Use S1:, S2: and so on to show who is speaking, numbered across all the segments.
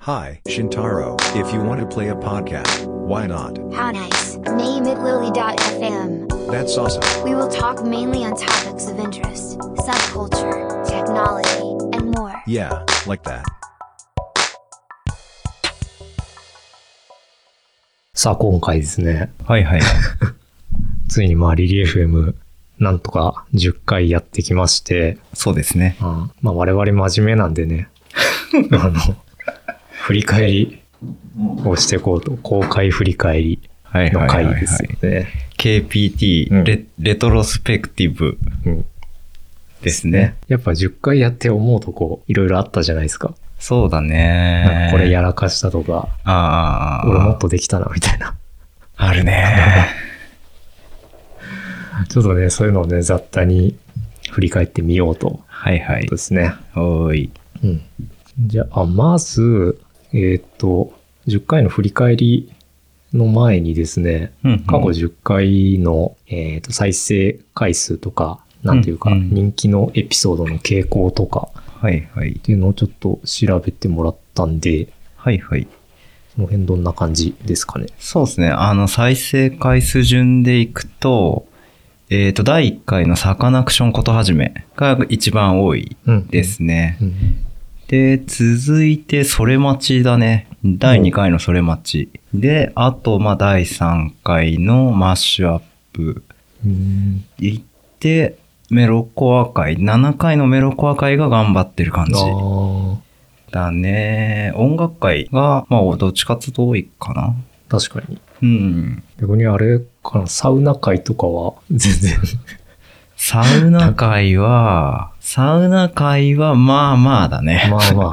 S1: Hi, Shintaro. If you want to play a podcast, why not?
S2: How nice. Name it lily.fm.
S1: That's awesome.
S2: We will talk mainly on topics of interest, subculture, technology, and more.
S1: Yeah, like that.
S3: さあ、今回ですね、
S4: はいはい。
S3: ついにまあ、リリー FM、なんとか10回やってきまして、
S4: そうですね。
S3: うんまあ、我々真面目なんで ね、あの、振り返りをしていこうと、公開振り返り
S4: はいは
S3: の
S4: いはい、
S3: 回
S4: はい
S3: ですよね。
S4: KPT、
S3: うん
S4: レ、レトロスペクティブ
S3: うん
S4: ですね。
S3: やっぱ10回やって思うとこ、いろいろあったじゃないですか。
S4: そうだ
S3: なん
S4: ね
S3: か。これやらかしたとか、
S4: ああ。
S3: 俺もっとできたな、みたいな。
S4: あるね。
S3: ちょっとね、そういうのをね、雑多に振り返ってみようと。
S4: はいはい
S3: で。すね。
S4: おーい。
S3: うん。じゃあ、まず、えーっと、10回の振り返りの前にですね、過去10回の、えーっと再生回数とか、なんていうか、
S4: うんうん
S3: 人気のエピソードの傾向とか
S4: はいはい
S3: っ。ていうのをちょっと調べてもらったんで、
S4: はいはい。
S3: その辺どんな感じですかね。
S4: そうですね。あの、再生回数順でいくと、えっ、と、第1回のサカナクションことはじめが一番多い
S3: うん
S4: ですね。
S3: うん。
S4: で、続いて、それ待ちだね。第2回のそれ待ち。で、あと、まあ、第3回のマッシュアップ。
S3: うん
S4: 行って、メロコア会。7回のメロコア会が頑張ってる感じ
S3: あー
S4: だね。音楽会が、まあ、どっちかつと多いかな。
S3: 確かに。
S4: うん。
S3: 逆にあれかな、サウナ会とかは全然
S4: サウナ会は、サウナ会は、まあ まあだね。
S3: まあまあ、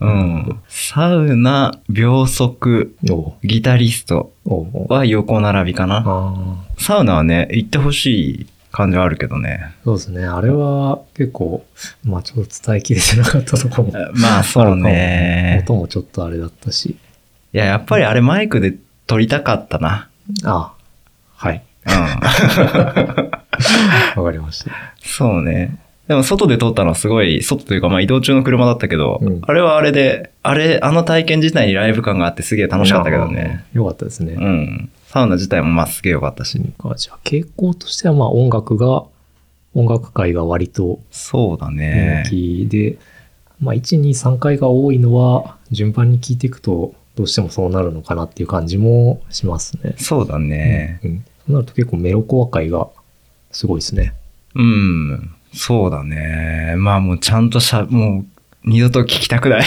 S4: うん。サウナ、秒速、
S3: おう
S4: ギタリスト
S3: おうおう
S4: は横並びかな。
S3: ああ、
S4: サウナはね、行ってほしい感じはあるけどね。
S3: そうですね。あれは結構、まあちょっと伝えきれてなかったところも。
S4: まあ、 そうね。
S3: 音もちょっとあれだったし。
S4: いや、やっぱりあれマイクで撮りたかったな。
S3: あはい。
S4: うん。
S3: わかりました。
S4: そうね。でも外で撮ったのはすごい、外というかまあ移動中の車だったけど、
S3: うん
S4: あれはあれで、あれ、あの体験自体にライブ感があってすげえ楽しかったけど
S3: ま
S4: ね。
S3: あ。よかったです
S4: う
S3: ね。
S4: ん。サウナ自体もまあすげえ良かったし。
S3: あじゃあ傾向としてはまあ音楽が、音楽界が割と
S4: そうだね
S3: 人。気で、まあ1、2、3回が多いのは順番に聞いていくとどうしてもそうなるのかなっていう感じもしますね。
S4: そうだね。
S3: うん。そうなると結構メロコア界がすごいですね。
S4: うん。そうだね。まあもうちゃんとしゃ、もう二度と聞きた くない。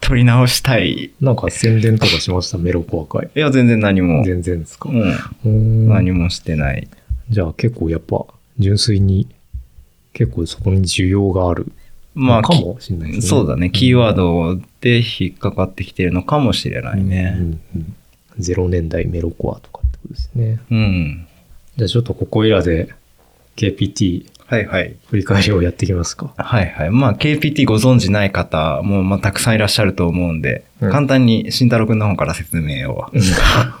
S4: 撮り直したい。い
S3: なんか宣伝とかしました、メロコア界。
S4: や、全然何も。
S3: 全然ですか。
S4: うん。
S3: うん
S4: 何もしてない。
S3: じゃあ結構やっぱ純粋に結構そこに需要がある
S4: まあ、
S3: のかもしれないですね。
S4: そうだね。キーワードで引っかかってきてるのかもしれない
S3: うん
S4: ね。
S3: うん0年代メロコアとかってことですね。
S4: うん。
S3: じゃあちょっとここいらで KPT
S4: はいはい。
S3: 振り返りをやっていきますか。
S4: はいはい。まあ、KPT ご存知ない方も、まあ、たくさんいらっしゃると思うんで、
S3: うん
S4: 簡単に慎太郎くんの方から説明を。
S3: は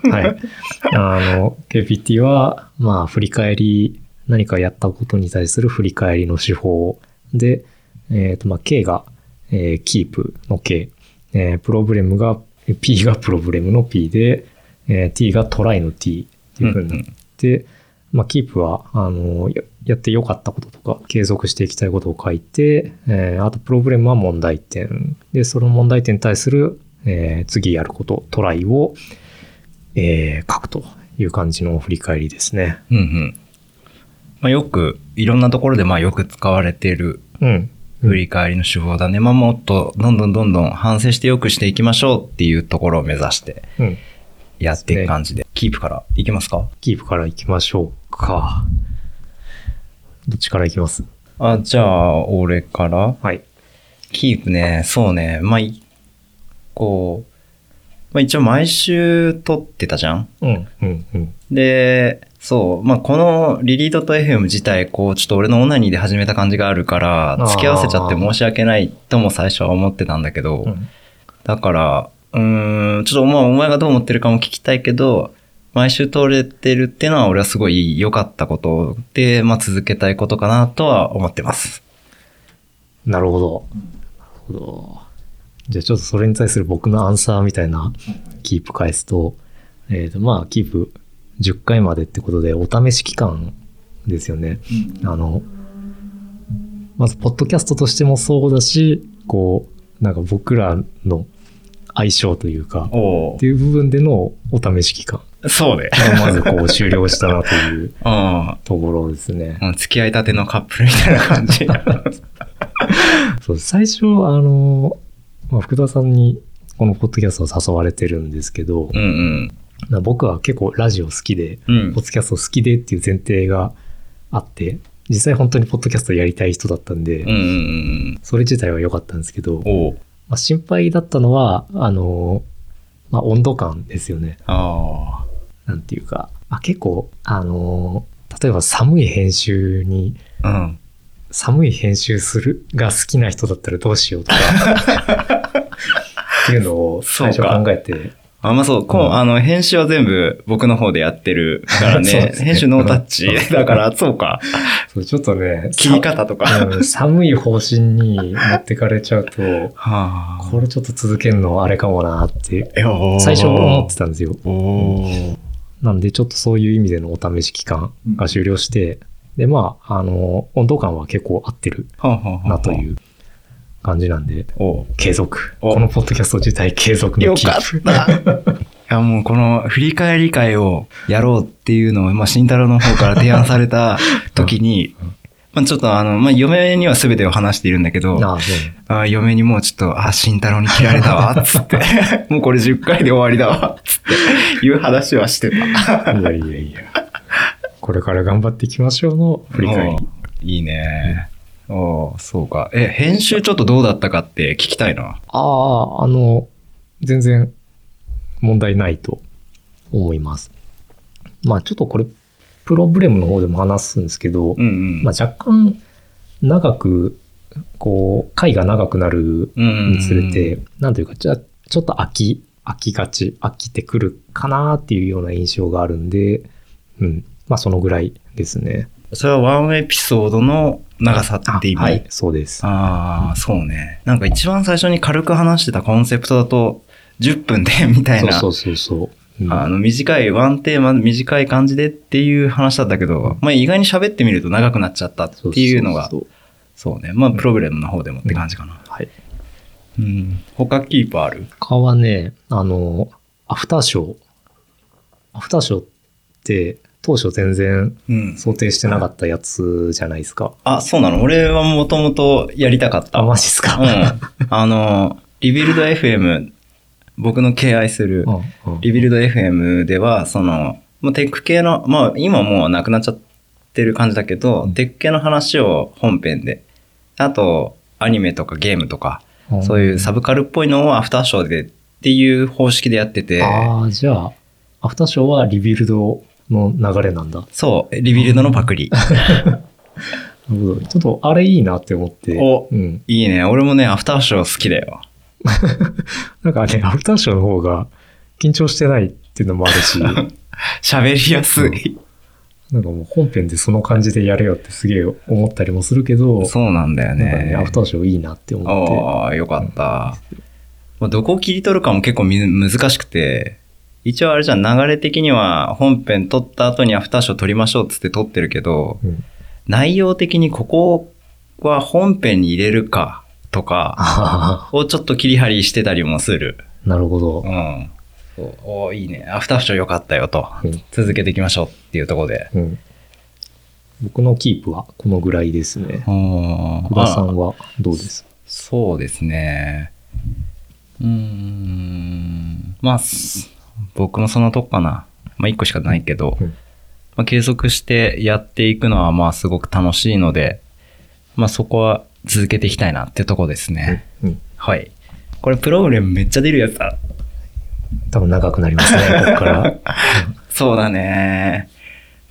S3: い。あの、KPT は、まあ、振り返り、何かやったことに対する振り返りの手法で、えっ、と、まあ、K が、えー、キープの K、えープロブレムが、P がプロブレムの P で、えー T がトライの T っていう風になって、まあ、キープは、あの、ややって良かったこととか、継続していきたいことを書いて、えーあと、プログレムは問題点。で、その問題点に対する、えー次やること、トライを、えー書くという感じの振り返りですね。
S4: うんうん。まあ、よく、いろんなところで、まあ、よく使われている
S3: うん。
S4: 振り返りの手法だね。まあ、もっと、どんどんどんどん反省して良くしていきましょうっていうところを目指して
S3: うん。
S4: やっていく感じで。キープからいきますか
S3: キープから行きましょうか。どっちから行きます
S4: あ、じゃあ、俺から
S3: はい。
S4: キープね、そうね、まあ、いこう、まあ一応毎週撮ってたじゃん
S3: うん。うん。うん。
S4: で、そう、まあこのリリートと FM 自体、こう、ちょっと俺のオナニーで始めた感じがあるから
S3: あー、
S4: 付き合わせちゃって申し訳ないとも最初は思ってたんだけど、
S3: うん
S4: だから、うーん、ちょっとまあお前がどう思ってるかも聞きたいけど、毎週撮れてるっていうのは俺はすごい良かったことで、まあ続けたいことかなとは思ってます。
S3: なるほど。なるほど。じゃあちょっとそれに対する僕のアンサーみたいなキープ返すと、えっ、と、まあ、キープ10回までってことで、お試し期間ですよね。あの、まず、ポッドキャストとしてもそうだし、こう、なんか僕らの相性というか、
S4: お
S3: っていう部分でのお試し期間
S4: お。そうね。
S3: がまずこう終了したなという
S4: うん。
S3: ところですね。
S4: もう付き合いたてのカップルみたいな感 じ。
S3: そう最初、あの、まあ、福田さんにこのポッドキャストを誘われてるんですけど、
S4: うん
S3: な僕は結構ラジオ好きで、
S4: うん。うん
S3: ポッド。キャスト好きでっていう前提があって、実際本当にポッドキャストやりたい人だったんで、
S4: うんうん
S3: それ自体は良かったんですけど
S4: うん。、おう
S3: まあ、心配だったのは、あの、まあ、温度感ですよね。
S4: あ
S3: なんていうか、あ結構、あの、例えば寒い編集に、
S4: あ。うん。
S3: 寒い編集するが好きな人だったらどうしようとか、っていうのを最初
S4: そうか
S3: 考えて、
S4: あんまあそう、こう
S3: うん
S4: あの、編集は全部僕の方でやってるからね。
S3: そうですね
S4: 編集ノータッチ。だから、そうか。
S3: そうちょっとね、
S4: 切り方とか。
S3: さ
S4: は
S3: うん寒い方針に持ってかれちゃうと、
S4: あ。
S3: これちょっと続けるのあれかもなって、
S4: えおー
S3: 最初思ってたんですよ。
S4: おー
S3: なんで、ちょっとそういう意味でのお試し期間が終了して、で、まあ、あの、温度感は結構合ってる
S4: はあはあはあ
S3: なという感じなんで、
S4: おう
S3: 継続。
S4: お
S3: このポッドキャスト自体継続の
S4: よ
S3: キ
S4: か
S3: ー
S4: っ
S3: プ。
S4: た。い や、もうこの振り返り会をやろうっていうのを、まあ、慎太郎の方から提案された 時に、まあ、ちょっとあの、まあ、嫁には全てを話しているんだけど、
S3: ああ、そうね
S4: あ嫁にもうちょっと、あ、慎太郎に切られた わ、つって、もうこれ10回で終わりだわ、つって、いう話はしてた。
S3: いやいやいや。これから頑張っていきましょうの振り返り。
S4: り。いいね。おうそうか。え、編集ちょっとどうだったかって聞きたいな。
S3: ああ、あの、全然問題ないと思います。まあちょっとこれ、プロブレムの方でも話すんですけど、
S4: うんうん。
S3: まあ若干長く、こう、回が長くなる
S4: うん
S3: につれて、なんというか、じゃちょっと飽き、飽きがち、飽きてくるかなっていうような印象があるんで、うん。まあそのぐらいですね。
S4: それはワンエピソードの長さって意味。
S3: はい、そうです。
S4: ああ、そうね。なんか一番最初に軽く話してたコンセプトだと、10分でみたいな、
S3: そうそうそうそう。うん
S4: あの短い、ワンテーマ、短い感じでっていう話だったけど、まあ意外に喋ってみると長くなっちゃったっていうのが、
S3: そそ
S4: そうね。まあプログラムの方でもって感じかな。
S3: そうはい。
S4: うん。他キーパーある
S3: 他はね、あの、アフターショー。アフターショーって、当初全然
S4: うん。
S3: 想定してなかったやつじゃないですか。
S4: あ、そうなの俺はもともとやりたかった。
S3: あ、マジっす
S4: う
S3: か。
S4: ん。あの、リビルド FM、僕の敬愛する、
S3: うん。うん
S4: リビルド FM では、その、まあ、テック系の、まあ今もうなくなっちゃってる感じだけど、
S3: うん
S4: テック系の話を本編で、あとアニメとかゲームとか、
S3: うん
S4: そういうサブカルっぽいのをアフターショーでっていう方式でやってて、
S3: ああ、じゃあ、アフターショーはリビルドの流れなんだ。な
S4: そう、リビルドのパク リ。
S3: るほど。ちょっと、あれいいなって思って。
S4: お
S3: うん。
S4: いいね。俺もね、アフターショー好きだよ。
S3: なんかね、アフターショーの方が緊張してないっていうのもある し、なんか
S4: 喋りやすい。
S3: もう本編でその感じでやれよってすげえ思ったりもするけど、
S4: そうなんだ
S3: な
S4: よ
S3: んかね、
S4: ね。
S3: アフターショーいいなって思って。
S4: ああ、よかった。まあどこを切り取るかも結構み難しくて、一応あれじゃん、流れ的には本編撮った後にアフターショー撮りましょうっつって撮ってるけど、
S3: うん
S4: 内容的にここは本編に入れるかとか、
S3: あ
S4: をちょっと切り張りしてたりもする。
S3: あ、なるほど
S4: う。ん。そうおーいいね。アフターショーよかったよと。
S3: うん
S4: 続けていきましょうっていうところで。
S3: うん。僕のキープはこのぐらいですね。
S4: うん
S3: 福田さんはどうです
S4: そうですね。うーん。まあ、す僕もそのとこかな。まあ、一個しかないけど、
S3: うん
S4: まあ、継続してやっていくのは、まあ、すごく楽しいので、まあ、そこは続けていきたいなってとこですね。
S3: うん。
S4: はい。これ、プログラムめっちゃ出るやつだ。
S3: 多分長くなりますね、ここ から。
S4: そうだね。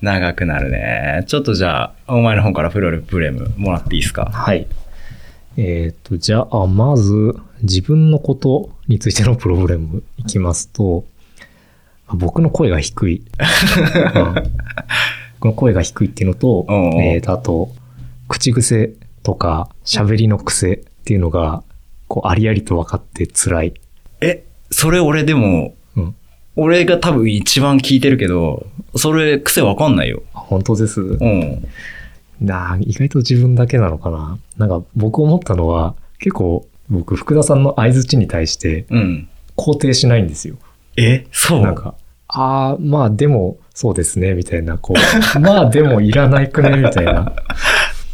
S4: 長くなるね。ちょっとじゃあ、お前の方からプログラムもらっていいですか
S3: はい。えっ、と、じゃあ、まず、自分のことについてのプロブレムいきますと、僕の声が低 い。うん僕の声が低いっていうのと、
S4: おうおう
S3: えっ、と、あと、口癖とか、喋りの癖っていうのが、こう、ありありと分かって辛い。
S4: え、それ俺でも、
S3: うん
S4: 俺が多分一番聞いてるけど、それ癖わかんないよ。
S3: あ本当です。
S4: うん。
S3: なあ、意外と自分だけなのかな。なんか僕思ったのは、結構僕、福田さんの相づちに対して
S4: うん。
S3: 肯定しないんですよ。
S4: え、そう
S3: なんか、ああ、まあでも、そうですね、みたいな、こ う、まあでもいらないくね、みたいな。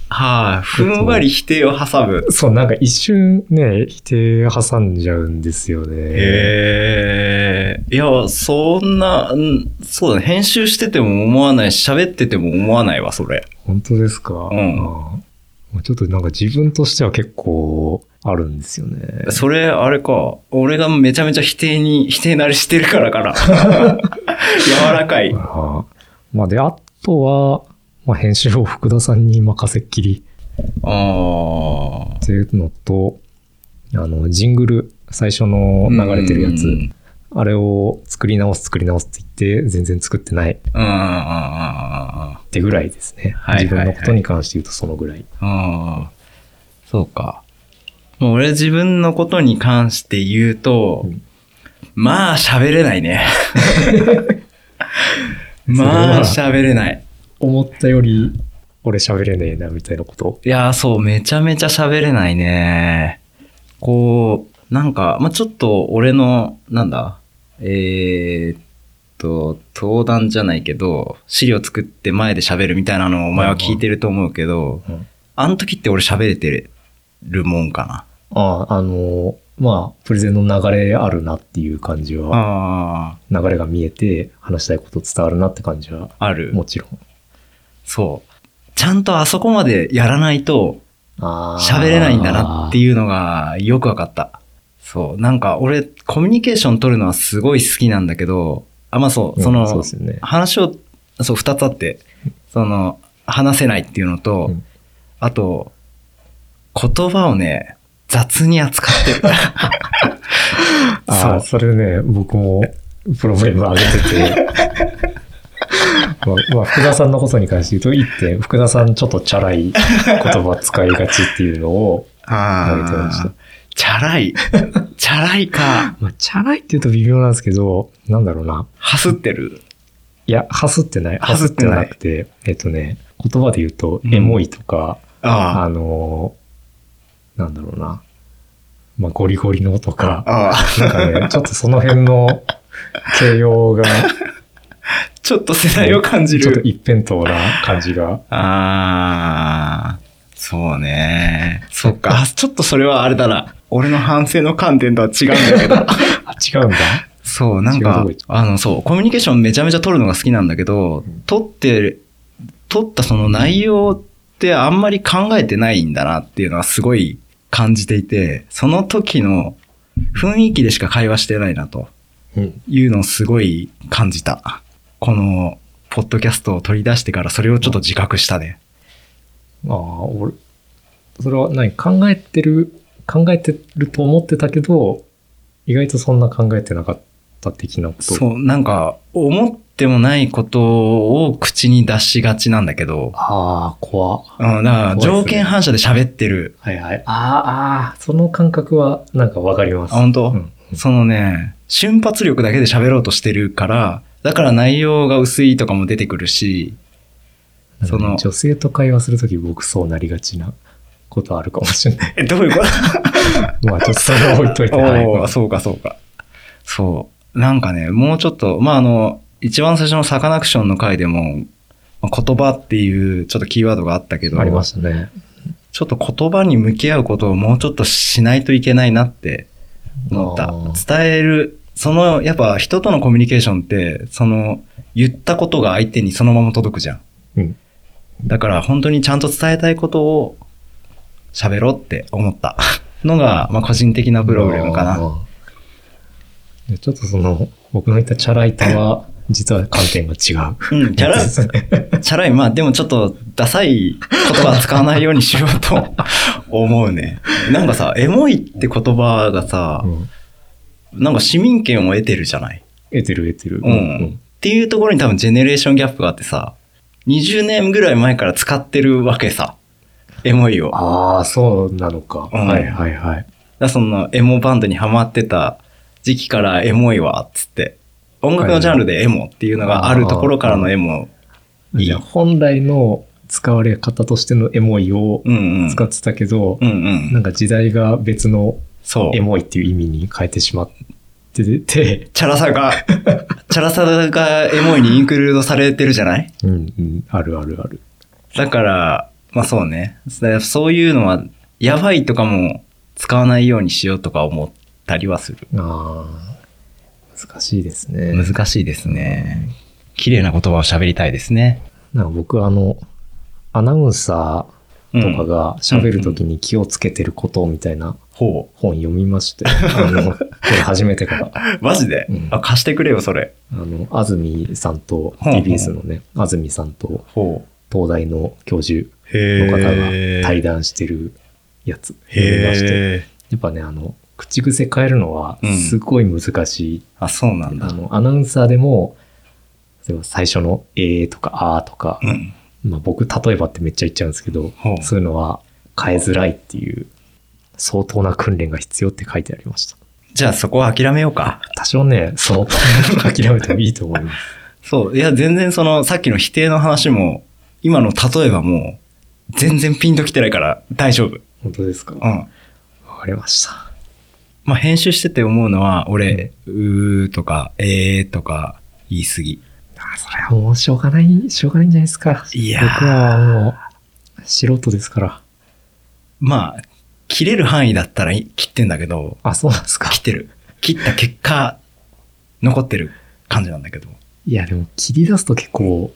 S4: はい、ふんわり否定を挟む。
S3: そう、なんか一瞬ね、否定挟んじゃうんですよね。
S4: へえ。いや、そんな、うんそうだね。編集してても思わないし、喋ってても思わないわ、それ。
S3: 本当ですか
S4: うん
S3: うんちょっとなんか自分としては結構あるんですよね。
S4: それ、あれか。俺がめちゃめちゃ否定に、 否定なりしてるからか な。柔らかい。
S3: あーまあで、あとは、まあ編集を福田さんに任せっきり
S4: ああ。
S3: っていうのと、あの、ジングル、最初の流れてるやつ
S4: う、ん
S3: あれを作り直す作り直すって言って、全然作ってない
S4: うんうんうんうんうんうん
S3: ってぐらいですね。
S4: はいはいはい
S3: 自分のことに関して言うとそのぐらい。
S4: ああ、そうか。もう俺自分のことに関して言うと、
S3: うん
S4: まあ喋れな いね。まあ喋れない。
S3: 思ったより、俺喋れねえな、みたいなこと。
S4: いやー、そう、めちゃめちゃ喋れないね。こう、なんか、まあちょっと俺の、なんだ、えーっと、登壇じゃないけど、資料作って前で喋るみたいなのをお前は聞いてると思うけど、
S3: うん
S4: あの時って俺喋れてるもんかな。
S3: ああ、あの、まあ、プレゼンの流れあるなっていう感じは、
S4: あ
S3: 流れが見えて、話したいこと伝わるなって感じは、
S4: あ、ある。
S3: もちろん。
S4: そう。ちゃんとあそこまでやらないと
S3: あー
S4: 喋れないんだなっていうのがよくわかった。そう。なんか俺、コミュニケーション取るのはすごい好きなんだけど、あ、まあそう、
S3: うん
S4: その、
S3: そうですよね。
S4: 話を、そう、二つあって、その、話せないっていうのと、
S3: うん
S4: あと、言葉をね、雑に 扱ってる。
S3: ああ、それね、僕もプロフレーム上げて て。まあ、まあ、福田さんのことに関して言うと、一点、福田さんちょっとチャラい言葉使いがちっていうのを、
S4: あ
S3: 上げてました
S4: ーチャラい。チャラい か、
S3: まあ、チャラいって言うと微妙なんですけど、なんだろうな。
S4: はすってる。
S3: いや、ハスってない。
S4: ハ
S3: ハス
S4: スっ
S3: ってて
S4: ない
S3: なくて、えっとね、言葉で言うと、
S4: うん
S3: エモいとか、
S4: あ
S3: あのーなんだろうな。まあ、ゴリゴリのと
S4: あ。
S3: か、
S4: ああ。
S3: なんかね、ちょっとその辺の形容 が、
S4: ちょっと世代を感じ
S3: ちょっと
S4: る。
S3: 一辺倒な感じが。
S4: ああ、そうね。そっか。あちょっとそれはあれだな。俺の反省の観点とは違うんだけど。
S3: あ、違うんだ。
S4: そう、なん
S3: 違うと
S4: か
S3: こ行っち、
S4: あの、そう、コミュニケーションめちゃめちゃ取るのが好きなんだけど、取って、取ったその内容ってあんまり考えてないんだなっていうのはすごい感じていて、その時の雰囲気でしか会話してないなと。
S3: うん。
S4: いうのをすごい感じた。この、ポッドキャストを取り出してからそれをちょっと自覚したね。
S3: ああ、俺、それは何考えてる、考えてると思ってたけど、意外とそんな考えてなかった的なこと。
S4: そう、なんか、思ってもないことを口に出しがちなんだけど、
S3: ああ、怖っ。
S4: うん、だから
S3: そうですね
S4: 条件反射で喋ってる。
S3: はいはい。あーあー、その感覚はなんかわかります。
S4: あ、本当、
S3: うん
S4: そのね、瞬発力だけで喋ろうとしてるから、だから内容が薄いとかも出てくるし、その
S3: 女性と会話するとき僕そうなりがちなことあるかもしれない。
S4: え、どういうこ と
S3: まあちょっとそれは置いといて。はい
S4: おーそうか、そうか。そう。なんかね、もうちょっと、まあ、あの、一番最初のサカナクションの回でも、まあ言葉っていうちょっとキーワードがあったけど、
S3: ありましたね。
S4: ちょっと言葉に向き合うことをもうちょっとしないといけないなって思った
S3: あ。
S4: 伝える、その、やっぱ人とのコミュニケーションって、その、言ったことが相手にそのまま届くじゃん。
S3: うん。
S4: だから本当にちゃんと伝えたいことを喋ろうって思ったのが、まあ、個人的なプログラムかな。
S3: あー。でちょっとその、僕の言ったチャラいと は、実は観点が違う。
S4: うん、チャラ
S3: ですね。
S4: い、チャラい、まあでもちょっとダサい言葉使わないようにしようと 思うね。なんかさ、エモいって言葉がさ
S3: う、ん
S4: なんか市民権を得てるじゃない
S3: 得てる得てる。
S4: うん。っていうところに多分ジェネレーションギャップがあってさ、20年ぐらい前から使ってるわけさ、エモいを。
S3: ああ、そうなのか。
S4: うん
S3: はいはいはい。
S4: らそのエモバンドにハマってた時期からエモいわっつって音楽のジャンルでエモっていうのがあるところからのエモ、いい
S3: じゃあ本来の使われ方としてのエモいを
S4: うんうん、
S3: 使ってたけど、
S4: うんう
S3: なん
S4: ん
S3: か時代が別の
S4: そう
S3: エモいっていう意味に変えてしまってて、
S4: チャラ さがチャラさがエモいにインクルードされてるじゃない
S3: うんうん、あるあるある。
S4: だから、まあそうね。だそういうのは、やばいとかも使わないようにしようとか思ったりはする。
S3: あー難しいですね。
S4: 難しいですね。綺麗な言葉を喋りたいですね。
S3: なんか僕はあの、アナウンサ
S4: う
S3: ー
S4: ん
S3: とかが喋るときに気をつけてることみたいな
S4: ほ
S3: 本読みまして、あの、 これ初めてから。
S4: う。マジで、
S3: うん
S4: あ、貸してくれよ、それ。
S3: あの、安住さんと、
S4: ほうほう
S3: TBS のね、安住さんと
S4: ほ
S3: 東大の教授
S4: う。
S3: の
S4: へ
S3: 方が
S4: え。
S3: 対談してるやつ読みまして、
S4: へえ。
S3: やっぱね、あの、口癖変えるのは
S4: うん
S3: すごい難しい
S4: あ、そうなん
S3: あ
S4: だ。
S3: の、アナウンサーでも、例えば最初のえーとかあーとか
S4: う、ん。
S3: まあ僕、例えばってめっちゃ言っちゃうんですけど
S4: ほ、う
S3: そういうのは変えづらいっていう、相当な訓練が必要って書いてありました。
S4: じゃあそこは諦めようか。
S3: 多少ね、そう、諦めてもいいと思い ます。
S4: そう。いや、全然その、さっきの否定の話も、今の例えばもう、全然ピンときてないから大丈夫。
S3: 本当ですか
S4: う
S3: わ
S4: ん。
S3: かりました。
S4: まあ、編集してて思うのは、俺、うーとか、えーとか言い過ぎ。
S3: あそれはもうしょうがない、しょうがないんじゃないですか。
S4: いやー
S3: 僕はもう、素人ですから。
S4: まあ、切れる範囲だったらい切ってんだけど、
S3: あ、そうなんですか
S4: 切。ってる。切った結果、残ってる感じなんだけど。
S3: いや、でも切り出すと結構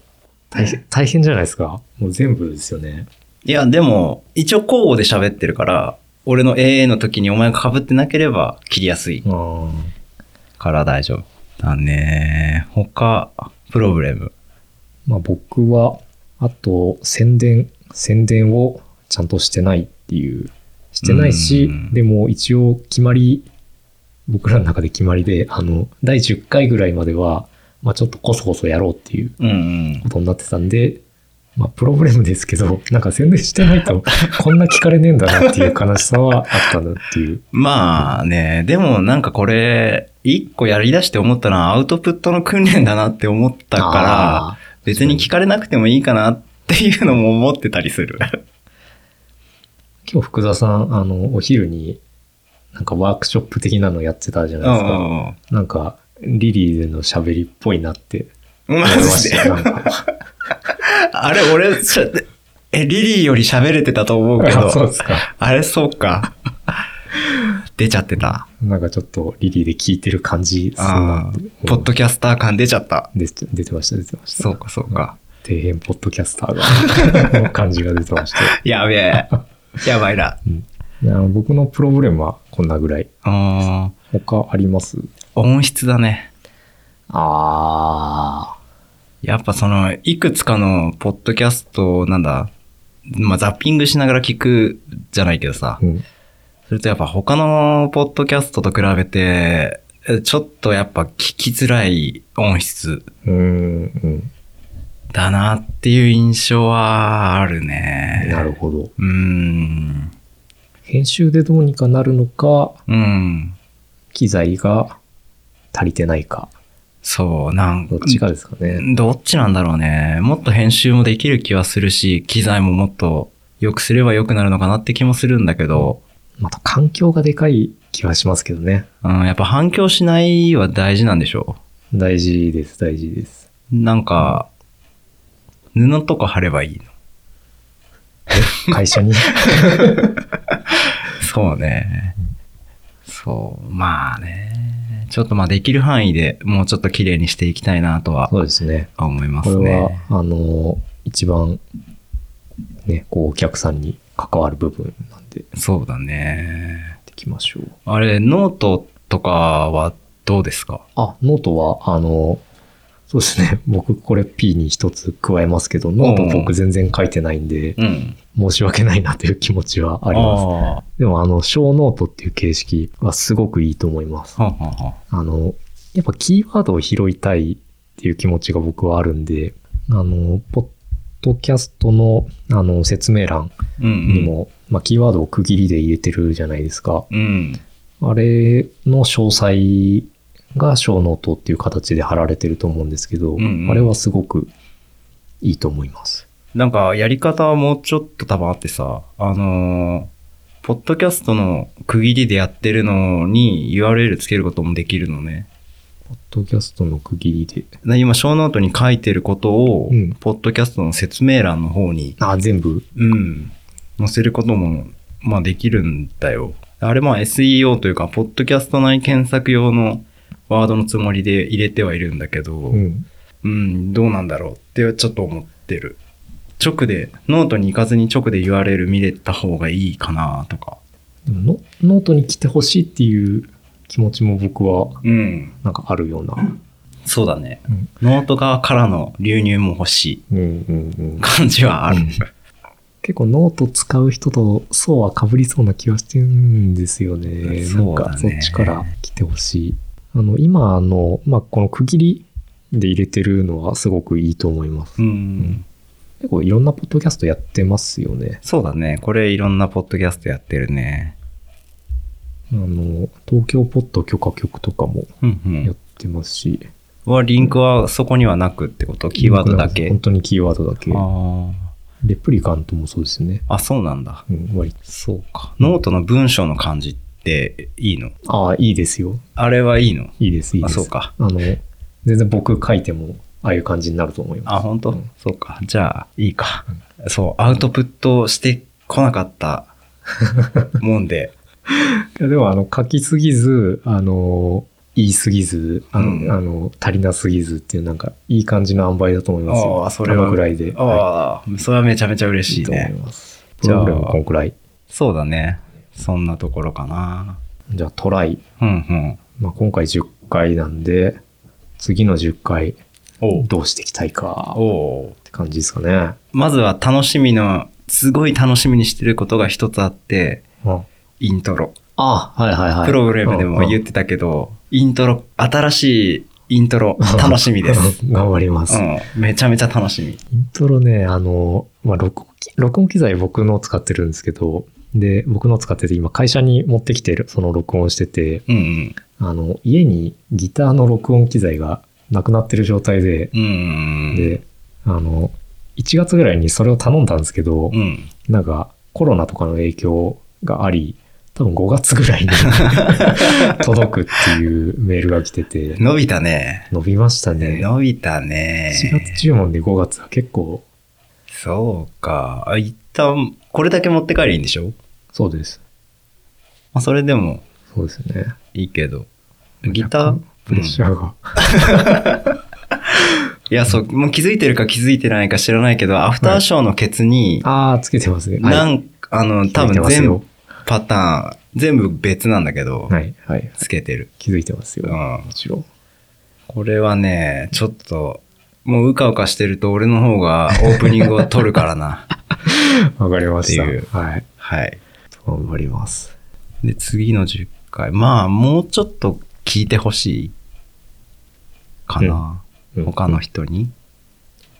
S3: 大変、大変じゃないですか。もう全部ですよね。
S4: いや、でも、一応交互で喋ってるから、俺のえーの時にお前が被ってなければ切りやすい
S3: あー
S4: から大丈夫。だね。他、プロブレム。
S3: まあ僕は、あと、宣伝、宣伝をちゃんとしてないっていう、してないし
S4: うん、
S3: でも一応決まり、僕らの中で決まりで、あの、第10回ぐらいまでは、まあちょっとこそこそやろうっていう
S4: うんうん。
S3: ことになってたんで、まあプロブレムですけど、なんか宣伝してないと、こんな聞かれねえんだなっていう悲しさはあったなっていう。
S4: まあね、でもなんかこれ、一個やり出して思ったのはアウトプットの訓 練だなって思ったから、
S3: あー
S4: 別に聞かれなくてもいいかなっていうのも思ってたりする。
S3: 今日福田さん、あの、お昼に、なんかワークショップ的なのやってたじゃ
S4: う
S3: ないですか。
S4: んうんうん。
S3: なんか、リリーでの喋りっぽいなって
S4: マ
S3: 思いま
S4: ジ
S3: し
S4: で
S3: た。。なんか
S4: あれ、俺、しゃえ、リリーより喋れてたと思うけ
S3: あそう
S4: ど
S3: で、すか。
S4: あれ、そうか。出ちゃってた。
S3: なんかちょっとリリーで聞いてる感じ、そうな
S4: あ
S3: って
S4: ー。ポッドキャスター感出ちゃった。
S3: 出て出てました、出てました。
S4: そうか、そうか。
S3: 底辺ポッドキャスターが、の 感じが出てました。
S4: やべえ。やばいな。
S3: いや僕のプロブレムはこんなぐらい。
S4: うん。
S3: 他あります
S4: 音質だね。
S3: あ
S4: やっぱその、いくつかのポッドキャストをなんだ、まあ、ザッピングしながら聞くじゃないけどさ
S3: ー。、うん。
S4: それとやっぱ他のポッドキャストと比べて、えちょっとやっぱ聞きづらい音質
S3: うーん、
S4: だなっていう印象はある
S3: う
S4: ね
S3: ん。。なるほど。
S4: うーん。
S3: 編集でどうにかなるのか、
S4: うん。
S3: 機材が足りてないか、
S4: そう、なん
S3: どっちかですかね。
S4: どっちなんだろうね。もっと編集もできる気はするし、機材ももっと良くすれば良くなるのかなって気もするんだけど、
S3: また環境がでかい気はしますけどね。
S4: うん、やっぱ反響しないは大事なんでしょ
S3: 大事です、大事です。
S4: う。なんか、布とか貼ればいいの。
S3: 会社 に。
S4: そうね。そう、まあね。ちょっとまあできる範囲でもうちょっと綺麗にしていきたいなとは
S3: そうですね。
S4: 思いま
S3: こ
S4: す
S3: れは
S4: ね。、
S3: あの、一番、ね、こう、お客さんに関わる部分なんで、や
S4: そうだね
S3: っ。ていきましょう。
S4: あれ、ノートとかはどうですか
S3: あ、ノートは、あの、そうですね。僕、これ P に一つ加えますけど、ノート僕全然書いてないんで、
S4: うん。
S3: 申し訳ないなという気持ちはあ
S4: あ
S3: ります。
S4: は
S3: でも、あの、小ノートっていう形式はすごくいいと思います。
S4: あはあは
S3: あの、やっぱキーワードを拾いたいっていう気持ちが僕はあるんで、あの、ポッドキャストのあの説明欄
S4: うん
S3: にも、まあ、キーワードを区切りで入れてるじゃないですか。
S4: うん。うん。
S3: あれの詳細が小ノートっていう形で貼られてると思うんですけど、
S4: んうん
S3: あれはすごくいいと思います。
S4: なんか、やり方はもうちょっと多分あってさ、あのーポッドキャストの区切りでやってるのに URL つけることもできるのね。
S3: ポッドキャストの区切りで。
S4: で今、小ノートに書いてることを、
S3: うん
S4: ポッドキャストの説明欄の方に、
S3: あ、全部。
S4: うん、載せることも、まあできるんだよ。あれ、まあ SEO というか、ポッドキャスト内検索用のワードのつもりで入れてはいるんだけど、
S3: うん。
S4: うん、どうなんだろうってちょっと思ってる。直で、ノートに行かずに直で URL 見れた方がいいかなとか。
S3: でもノノートに来てほしいっていう気持ちも僕は
S4: うん。
S3: なんかあるような。
S4: そうだね。
S3: うん
S4: ノート側からの流入も欲し
S3: うんうんうん
S4: い感じはある。
S3: 結構ノート使う人と層は被りそうな気はしてるんですよね。
S4: そうだ
S3: なん
S4: ね
S3: かそっちから来てほしい。あの、今の、まあ、この区切りで入れてるのはすごくいいと思います。
S4: うん。
S3: 結構いろんなポッドキャストやってますよね。
S4: そうだね。これいろんなポッドキャストやってるね。
S3: あの、東京ポッド許可局とかも
S4: うんう
S3: やっ
S4: ん。
S3: てますし。
S4: は、リンクはそこにはなくってことキーワードだけ。
S3: 本当にキーワードだけ。
S4: あ
S3: レプリカントもそうですね。
S4: あ。あ、そうなんだ。
S3: うん、割と。
S4: そうか。ノートの文章の感じっていいの
S3: ああ、いいですよ。
S4: あれはいいの
S3: いいです、いいです。
S4: あそうか。
S3: あの、全然僕書いても、ああいう感じになると思います。
S4: あ、本当、
S3: うん
S4: そうか。じゃあ、いいか。そう、アウトプットしてこな かったもんで。
S3: いやでもあの書きすぎずあの言いすぎずあの、
S4: うん
S3: あの足りなすぎずっていうなんかいい感じの塩梅だと思いますよ。
S4: ああ、それは。
S3: あのぐらいで。
S4: あ
S3: は
S4: あ、それはめちゃめちゃ
S3: い
S4: 嬉し
S3: い
S4: い
S3: と思い
S4: ね。
S3: ます。プ
S4: じゃあ
S3: ログラムはこんくらい。
S4: そうだね。そんなところかな。
S3: じゃあトライ。
S4: うん
S3: まあ、今回10回なんで次の10回
S4: うん。
S3: どうしていきたいか
S4: おおう。
S3: って感じですかね。
S4: まずは楽しみの、すごい楽しみにしてることが一つあって、
S3: うん
S4: イントロ。
S3: あはいはいはい。
S4: プログラムでも言っ
S3: って
S4: たけど、イントロ、新しいイントロ、楽しみです。。
S3: 頑張ります。
S4: うん。めちゃめちゃ楽しみ。
S3: イントロね、あの、まあ、録音機、録音機材僕の使ってるんですけど、で、僕の使ってて、今会社に持ってきてる、その録音してて、
S4: うん
S3: あの、家にギターの録音機材がなくなってる状態で、
S4: うん。うん。
S3: で、あの、1月ぐらいにそれを頼んだんですけど
S4: う、ん。
S3: なんかコロナとかの影響があり、多分5月ぐ らいに届くっていうメールが来てて、
S4: 伸びたね。
S3: 伸びましたね。
S4: 伸びたね。
S3: 4月注文で5月は結構、
S4: そうか。あ一旦、これだけ持って帰りゃいいんでしょ
S3: そうです。
S4: まあ、それでも
S3: そうですね。
S4: いいけど。ギター
S3: プレッシャーが。
S4: いや、そう、もう気づいてるか気づいてないか知らないけど、アフターショーのケツに、
S3: ああ、つけてますね。、
S4: なんん、あの、多
S3: 気づいて
S4: 分
S3: ます
S4: 全
S3: よ
S4: パターン、全部別なんだけど、
S3: はい、はい。
S4: つけてる。
S3: 気づいてます
S4: う
S3: よ。も
S4: ん。
S3: ちろん。
S4: これはね、ちょっと、もううかうかしてると俺の方がオープニングを取るか らな。
S3: わかりました
S4: っていう。
S3: はい。
S4: はい。
S3: 頑張ります。
S4: で、次の10回。まあ、もうちょっと聞いてほしいかな。
S3: うん
S4: 他の人に。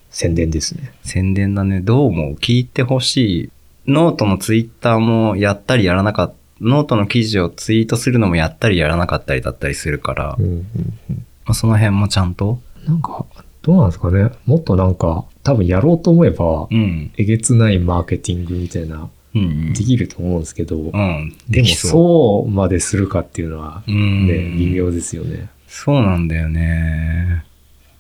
S3: 宣伝ですね。
S4: 宣伝だね。どう思う聞いてほしい。ノートのツイッターもやったりやらなかった。ノートの記事をツイートするのもやったりやらなかったりだったりするから、
S3: う
S4: ま
S3: んうんうん。
S4: あその辺もちゃんと。
S3: なんか、どうなんですかね。もっとなんか、多分やろうと思えば
S4: う、ん。
S3: えげつないマーケティングみたいな、
S4: うん
S3: で。きると思うんですけど、
S4: うん。
S3: でも
S4: きう。
S3: そうまでするかっていうのは、
S4: う
S3: ね、
S4: ん。
S3: 微妙ですよね。
S4: そうなんだよね。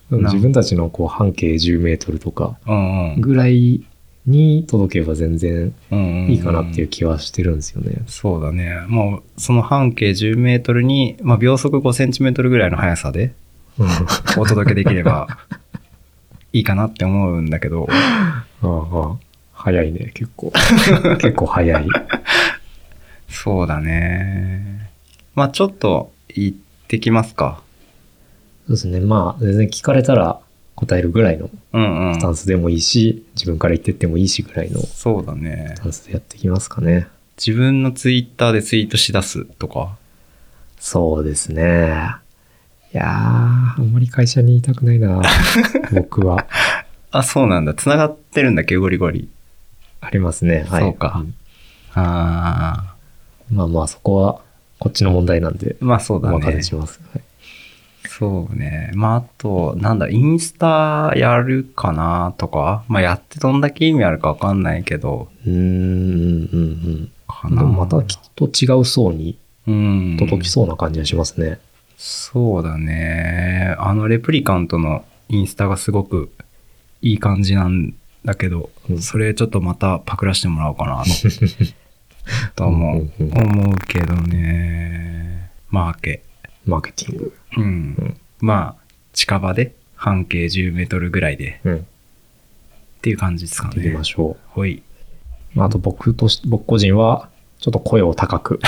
S3: でも
S4: な
S3: 自分たちのこう半径10メートルとか
S4: うんうん。
S3: ぐらいに届けば全然
S4: うんうん
S3: いいかなっていう気はしてるんですよね。
S4: そうだね。もう、その半径10メートルに、まあ、秒速5センチメートルぐらいの速さで
S3: うん
S4: お届けでき ればいいかなって思うんだけど、
S3: ああああ早いね、結 構。結構早い。
S4: そうだね。まあ、ちょっと行ってきますか。
S3: そうですね。まあ、全然聞かれたら答えるぐらいの
S4: うんうん
S3: ス。タンスでもいいし、自分から言ってってもいいしぐらいのス
S4: そうだね。
S3: タンスでやっていきますかね。
S4: 自分のツイッターでツイートしだすとか。
S3: そうですね。 いやー、あんまり会社にいたくないな僕は。
S4: あ、そうなんだ。繋がってるんだっけ、ゴリゴリ。
S3: ありますね。はい。
S4: そうか
S3: ん
S4: ああ。
S3: まあまあ、そこは、こっちの問題なんで、
S4: まあそう
S3: お
S4: だね。
S3: 任せします。はい
S4: そうね。まあ、あと、なんだ、インスタやるかなとか、まあ、やってどんだけ意味あるかわかんないけど、
S3: うーん、うん、うん。
S4: か
S3: うん。で
S4: な。
S3: もまたきっと違う層に
S4: うん。
S3: 届きそうな感じがしますね。
S4: そうだね。あの、レプリカントのインスタがすごくいい感じなんだけど、
S3: うん
S4: それちょっとまたパクらしてもらおうかな とと思う、
S3: うんうん
S4: 思うけどね。マーケ。
S3: マーケティング。
S4: うん。
S3: ん
S4: まあ、近場で、半径10メートルぐらいで、
S3: うん。
S4: っていう感じですか
S3: 行き
S4: ね
S3: ま。しょ
S4: ほい。
S3: う。あと、僕とし、僕個人は、ちょっと声を高 く、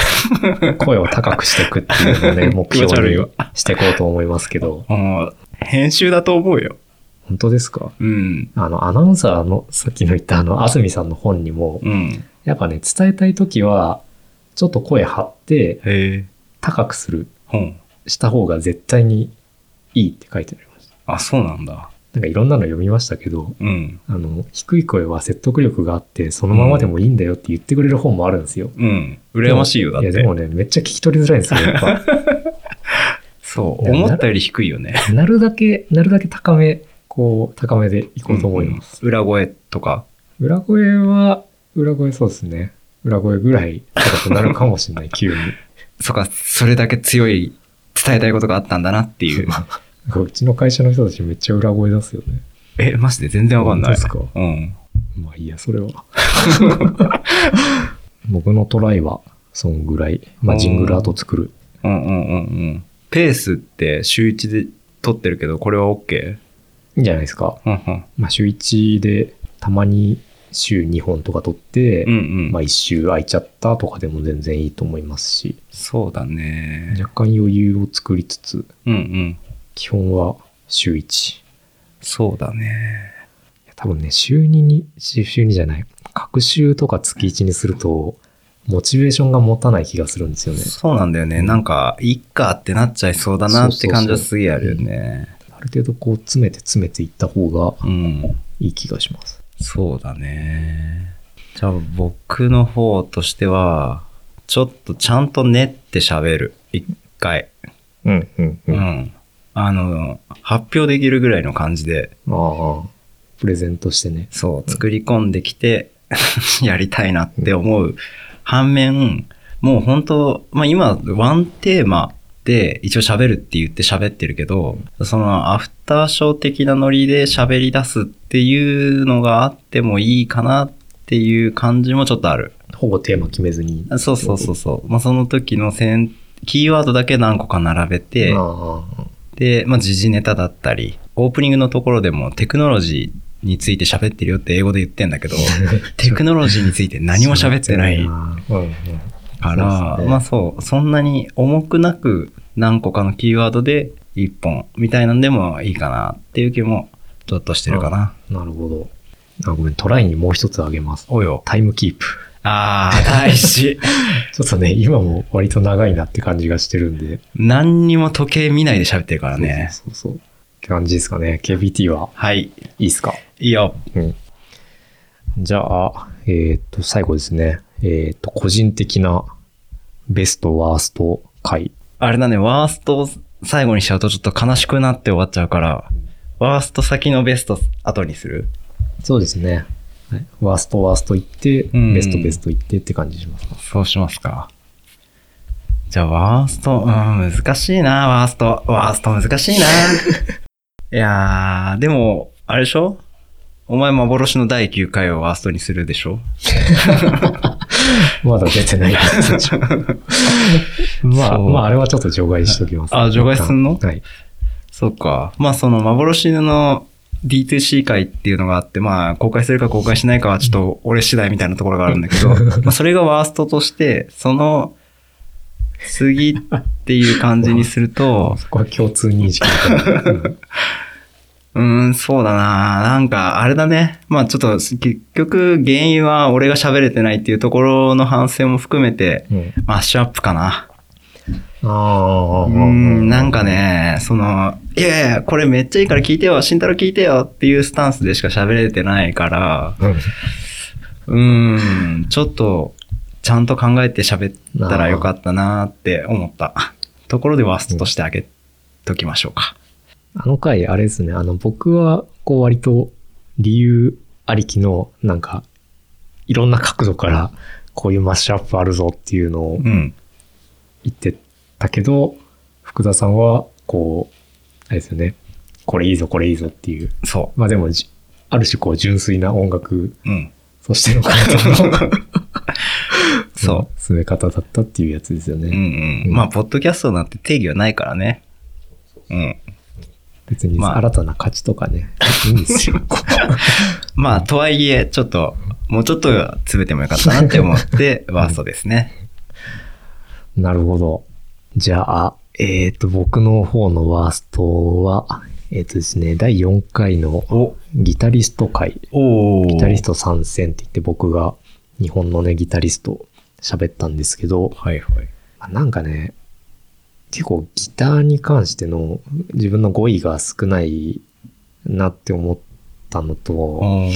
S3: 声を高くしていくっていうのをね、目
S4: 気持ち悪
S3: 標に
S4: いわ
S3: していこうと思いますけど、
S4: もう、編集だと思うよ。
S3: 本当ですか
S4: うん。
S3: あの、アナウンサーの、さっきの言ったあの、安住さんの本にも、
S4: うん。
S3: やっぱね、伝えたいときは、ちょっと声張って、
S4: へえ。
S3: 高くする、
S4: ほん。
S3: した方が絶対にいいって書いてありました。
S4: あ、そうなんだ。
S3: なんかいろんなの読みましたけど、
S4: うん。
S3: あの、低い声は説得力があって、そのままでもいいんだよって言ってくれる本もあるんですよ。
S4: うん。羨ましいよ、だっ
S3: い
S4: て。
S3: や、でもね、めっちゃ聞き取りづらいんですよ、やっぱ。
S4: そう、
S3: いや
S4: 思ったより低いよ ね。
S3: なるだけ、なるだけ高め、こう、高めでいこうと思います。
S4: うん裏声とか。
S3: 裏声は、裏声そうですね。裏声ぐらい高くなるかもしれ ない、急に。
S4: そうか、それだけ強い、伝えたいことがあったんだなって いう。
S3: なんかうちの会社の人たちめっちゃ裏声出すよね。
S4: え、マジで全然わかんない。
S3: 本当です
S4: うん。
S3: まあいいや、それ は。僕のトライは、そんぐらい。まあ、ジングル後作る。
S4: うんうんうんうん。ペースって週1で撮ってるけど、これは OK?
S3: いいんじゃないですか。
S4: うんうん。
S3: まあ、週1で、たまに週2本とか撮って、
S4: うんうん。
S3: まあ、1週空いちゃったとかでも全然いいと思いますし、
S4: そうだね。
S3: 若干余裕を作りつつ、
S4: うんうん。
S3: 基本は週1。
S4: そうだね。
S3: いや多分ね、週2に、週週2じゃない。各週とか月1にすると、モチベーションが持たない気がするんですよね。
S4: そうなんだよね。なんか、いっかってなっちゃいそうだなって感じはすげえあるよね。
S3: ある程度こう詰めて詰めていった方が
S4: うん。
S3: いい気がします。
S4: そうだね。じゃあ僕の方としては、ちょっとちゃんと練って喋る。一回。
S3: うんうん
S4: う
S3: あ
S4: ん。あの、発表できるぐらいの感じで、
S3: あ、プレゼントしてね。
S4: そう、作り込んできて、 やりたいなって思う。反面、もう本当、まあ今、ワンテーマで一応喋るって言って喋ってるけど、そのアフターショー的なノリで喋り出すっていうのがあってもいいかなっていう感じもちょっとある。
S3: ほぼテーマ決めずに。
S4: あそうそうそうそう。まあ、その時の選キーワードだけ何個か並べて、
S3: ああ、
S4: で、まあ、時事ネタだったり、オープニングのところでもテクノロジーについて喋ってるよって英語で言ってんだけど、テクノロジーについて何も喋ってないか
S3: うんうん。そ
S4: ら、
S3: うですね
S4: まあそう、そんなに重くなく何個かのキーワードで1本みたいなんでもいいかなっていう気もちょっとしてるかな。
S3: なるほど。あごめん、トライにもう一つあげます。
S4: およ。
S3: タイムキープ。
S4: ああ、大事。
S3: ちょっとね、今も割と長いなって感じがしてるんで。
S4: 何にも時計見ないで喋ってるからね。
S3: そうそうそうそう。って感じですかね。KBT は
S4: はい。
S3: いいっすか
S4: いいよ。
S3: うん。じゃあ、えーっと、最後ですね。えーっと、個人的なベスト、ワースト回。
S4: あれだね、ワーストを最後にしちゃうとちょっと悲しくなって終わっちゃうから、ワースト先のベスト後にする
S3: そうですね。ワースト、ワースト行って、
S4: うん
S3: ベスト、ベスト行ってって感じします。
S4: そうしますか。じゃあ、ワースト、うん、難しいな、ワースト。ワースト難しいな。いやー、でも、あれでしょお前幻の第9回をワーストにするでしょ
S3: まだ出てないやつでしょまあ、
S4: そう
S3: まあ、あれはちょっと除外しときます。
S4: あ除外すんの
S3: はい。
S4: そっか。まあその幻の D2C 会っていうのがあって、まあ公開するか公開しないかはちょっと俺次第みたいなところがあるんだけど、まあそれがワーストとして、その次っていう感じにすると、
S3: そこは共通認識だと思う。うん
S4: うーん、そうだななんかあれだね。まあちょっと結局原因は俺が喋れてないっていうところの反省も含めて、
S3: うん
S4: マッシュアップかな。
S3: ああ、
S4: うーん、なんかね、その、いやいや、これめっちゃいいから聞いてよ、慎太郎聞いてよっていうスタンスでしか喋れてないから、うーん、ちょっと、ちゃんと考えて喋ったらよかったなーって思った。ところでワーストとしてあげときましょうか。
S3: あの回、あれですね、あの、僕は、こう、割と、理由ありきの、なんか、いろんな角度から、こういうマッシュアップあるぞっていうのを
S4: うん。
S3: 言ってたけど、福田さんは、こう、あれですよね、これいいぞ、これいいぞっていう。
S4: そ
S3: まあでもじ、ある種、こう、純粋な音楽、
S4: う。うん。
S3: そしての感動の
S4: そう。
S3: 進め方だったっていうやつですよね。
S4: うんうん。まあ、ポッドキャストなんて定義はないからね。うん。
S3: 別に、
S4: まあ
S3: 新たな価値とかね、いいんです よ。
S4: まあ、とはいえ、ちょっと、もうちょっと詰めてもよかったなって 思って、ワーストですね。
S3: なるほど。じゃあ、えっ、と、僕の方のワーストは、えっ、とですね、第4回の
S4: お、
S3: ギタリスト会、
S4: お
S3: ギタリスト参戦って言って僕が日本のね、ギタリスト喋ったんですけど、
S4: はいはい。
S3: あなんかね、結構ギターに関しての自分の語彙が少ないなって思ったのと、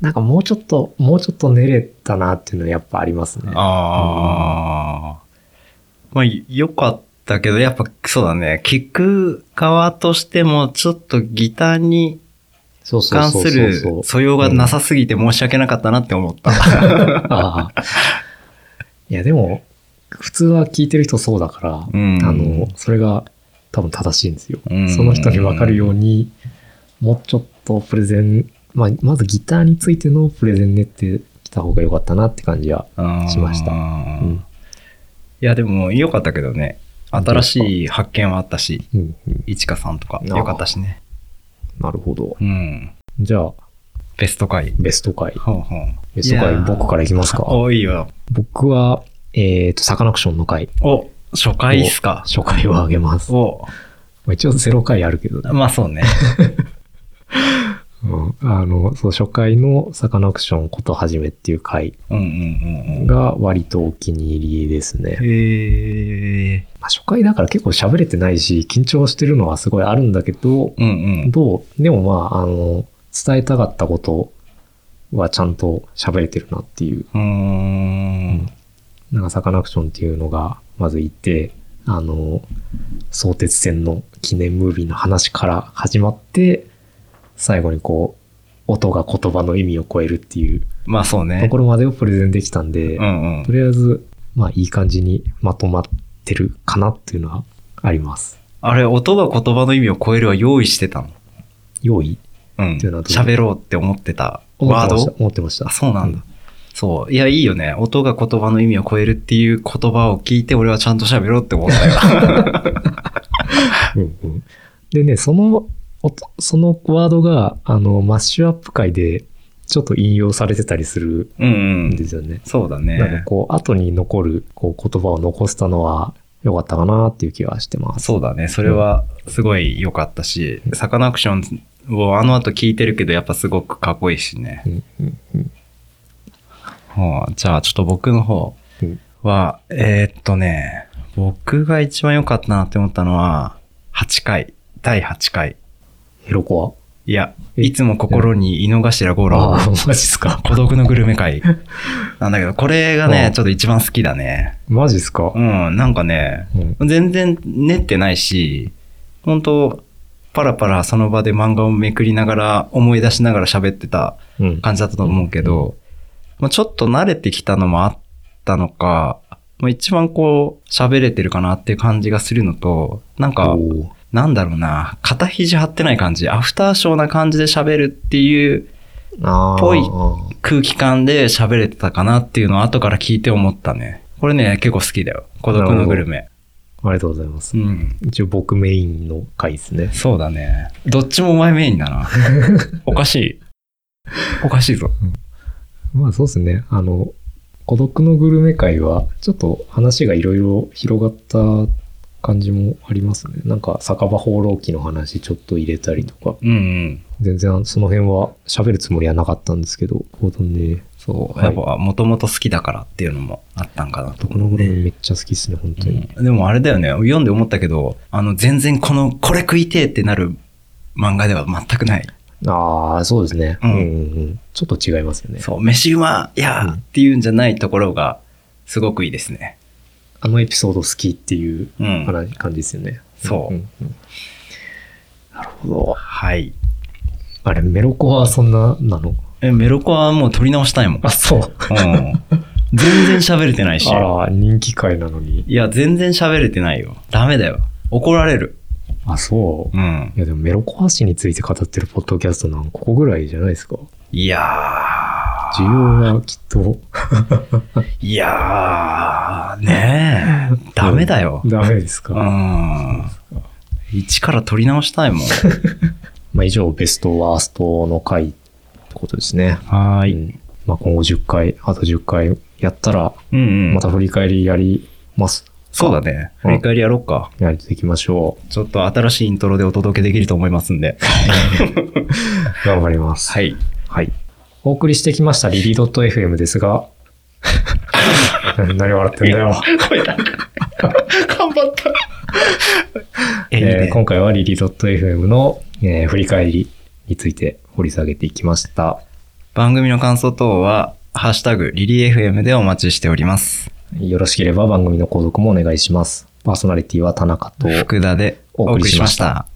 S3: なんかもうちょっと、もうちょっと練れたなっていうのはやっぱありますね。
S4: ああ。まあ、よかったけど、やっぱそうだね。聞く側としても、ちょっとギターに
S3: そうそう
S4: 関
S3: そう
S4: す
S3: そう
S4: る素養がなさすぎて申し訳なかったなって思った。
S3: ああ。いや、でも、普通は聞いてる人そうだから、
S4: うん
S3: あの、それが多分正しいんですよ。
S4: うん
S3: その人に分かるように、もうちょっとプレゼン、まあ、まずギターについてのプレゼン練ってきた方が良かったなって感じは。
S4: うん
S3: しました
S4: うんいや、でも、よかったけどね。新しい発見はあったし。
S3: うんうん
S4: いちかさんとか、
S3: ああ
S4: よかったしね。
S3: なるほど。
S4: うん。
S3: じゃあ、
S4: ベスト回。
S3: ベスト回。
S4: ほうほう。
S3: ベスト回
S4: いやー
S3: 僕からいきますか
S4: お、いいよ。
S3: 僕は、えっ、と、サカナクションの回。
S4: お、初回っすか。
S3: 初回をあげます。ま
S4: お、
S3: あ一応0回あるけどね。
S4: まあそうね。
S3: うん、あの、そう、初回のサカナクションことはじめっていう回
S4: うんうんうんうん。
S3: が割とお気に入りですね。
S4: へえ。
S3: まあ、初回だから結構喋れてないし、緊張してるのはすごいあるんだけど、
S4: うんうん。
S3: どうでもまあ、あの、伝えたかったことはちゃんと喋れてるなっていう、
S4: うーん。
S3: なんかサカナクションっていうのがまずいて、あの、相鉄線の記念ムービーの話から始まって、最後にこう、音が言葉の意味を超えるっていう
S4: まあそう
S3: と
S4: ね
S3: こ。ろまでをプレゼンできたんで、
S4: うんうん
S3: と。りあえず、まあ、いい感じにまとまってるかなっていうのはあります。
S4: あれ、音が言葉の意味を超えるは用意してたの。
S3: 用意
S4: うん。
S3: っていうのはどう
S4: 喋ろうって思ってた
S3: 思っ
S4: ワー
S3: てました
S4: ド。
S3: 思ってました。
S4: あ、そうなんだ
S3: ん。。
S4: そう。いや、いいよね。音が言葉の意味を超えるっていう言葉を聞いて、俺はちゃんと喋ろうって思ったよ。
S3: うんうんでね、その音、そのワードが、あの、マッシュアップ会で、ちょっと引用されてたりする
S4: うんうんん
S3: で。すよね。
S4: そうだね。
S3: なんで、こう、後に残る、こう、言葉を残せたのは、良かったかなっていう気はしてます。
S4: そうだね。それはすごい良かったし、サカナクションをあの後聞いてるけど、やっぱすごくかっこいいしね。
S3: うんうんうん
S4: はあ、じゃあ、ちょっと僕の方
S3: うん
S4: は、えーっとね、僕が一番良かったなって思ったのは、8回、第8回。
S3: ヘロコ
S4: いや、
S3: え
S4: いつも心に井の頭五
S3: アあ
S4: 郎、
S3: あ、マジっすか。
S4: 孤独のグルメ会。 なんだけど、これが
S3: う
S4: ね
S3: ん、
S4: ちょっと一番好きだね。
S3: マジっすか
S4: う。ん、なんかね、
S3: うん
S4: 全然練ってないし、本当パラパラその場で漫画をめくりながら、思い出しながら喋ってた
S3: うん。
S4: 感じだったと思うけど、まあ、ちょっと慣れてきたのもあったのか、まあ、一番こう、喋れてるかなっていう感じがするのと、なんか、
S3: おー
S4: なんだろうな、肩肘張ってない感じ、アフターショーな感じで喋るっていう
S3: あー
S4: ぽい空気感で喋れてたかなっていうのを後から聞いて思ったね。これね、結構好きだよ。孤独のグルメ。
S3: ありがとうございます
S4: う。ん。
S3: 一応僕メインの回ですね。
S4: そうだね。どっちもお前メインだ な。おかしい。おかしいぞ。
S3: まあそうですね。あの、孤独のグルメ会は、ちょっと話がいろいろ広がった感じもありますね。なんか、酒場放浪記の話ちょっと入れたりとか、
S4: うんうん。
S3: 全然その辺は喋るつもりはなかったんですけど、コードンね、
S4: そう、
S3: はい
S4: やっぱ、もともと好きだからっていうのもあったんかなと
S3: この頃めっちゃ好きですね、本当に。
S4: でもあれだよね、読んで思ったけど、あの、全然この、これ食いてえってなる漫画では全くない。
S3: ああ、そうですね。
S4: う
S3: うんん、うんうん。ちょっと違いますよね。
S4: そう、飯うまいやーっていうんじゃないところが、すごくいいですね。
S3: あのエピソード好きっていう
S4: うん
S3: 話感じですよね。
S4: そうん
S3: んなるほど。
S4: はい。
S3: あれ、メロコはそんななの
S4: え、メロコはもう撮り直したいもん。う
S3: あ、そう。
S4: ん。全然喋れてないし。
S3: あら、人気回なのに。
S4: いや、全然喋れてないよ。ダメだよ。怒られる。
S3: あ、そう。
S4: うん。
S3: いや、でもメロコ橋について語ってるポッドキャストなんここぐらいじゃないですか。
S4: いや
S3: 需要はきっと
S4: ー。いやー。ねえ。ダメだよ。
S3: ダメです
S4: う
S3: か。
S4: ん。一から撮り直したいもん。
S3: まあ、以上、ベストワーストの回ってことですね。
S4: は
S3: う。んまあ、今後10回、あと10回やったら、
S4: うんうん。
S3: また振り返りやります。
S4: そうだね。振り返りやろうか。
S3: やっていきましょ
S4: ちょっと新しいイントロでお届けできると思いますんで。
S3: う。頑張ります。
S4: はい。
S3: はい。お送りしてきましたリリドット FM です が、何笑ってんだよ。
S4: 声だ。頑 張った。え、いい
S3: えー
S4: ね。
S3: 今回はリリドット FM の、えー振り返りについて掘り下げていきました。
S4: 番組の感想等は、ハッシュタグ、リリー FM でお待ちしております。
S3: よろしければ番組の購読もお願いします。パーソナリティは田中と。
S4: 福田でお送りしました。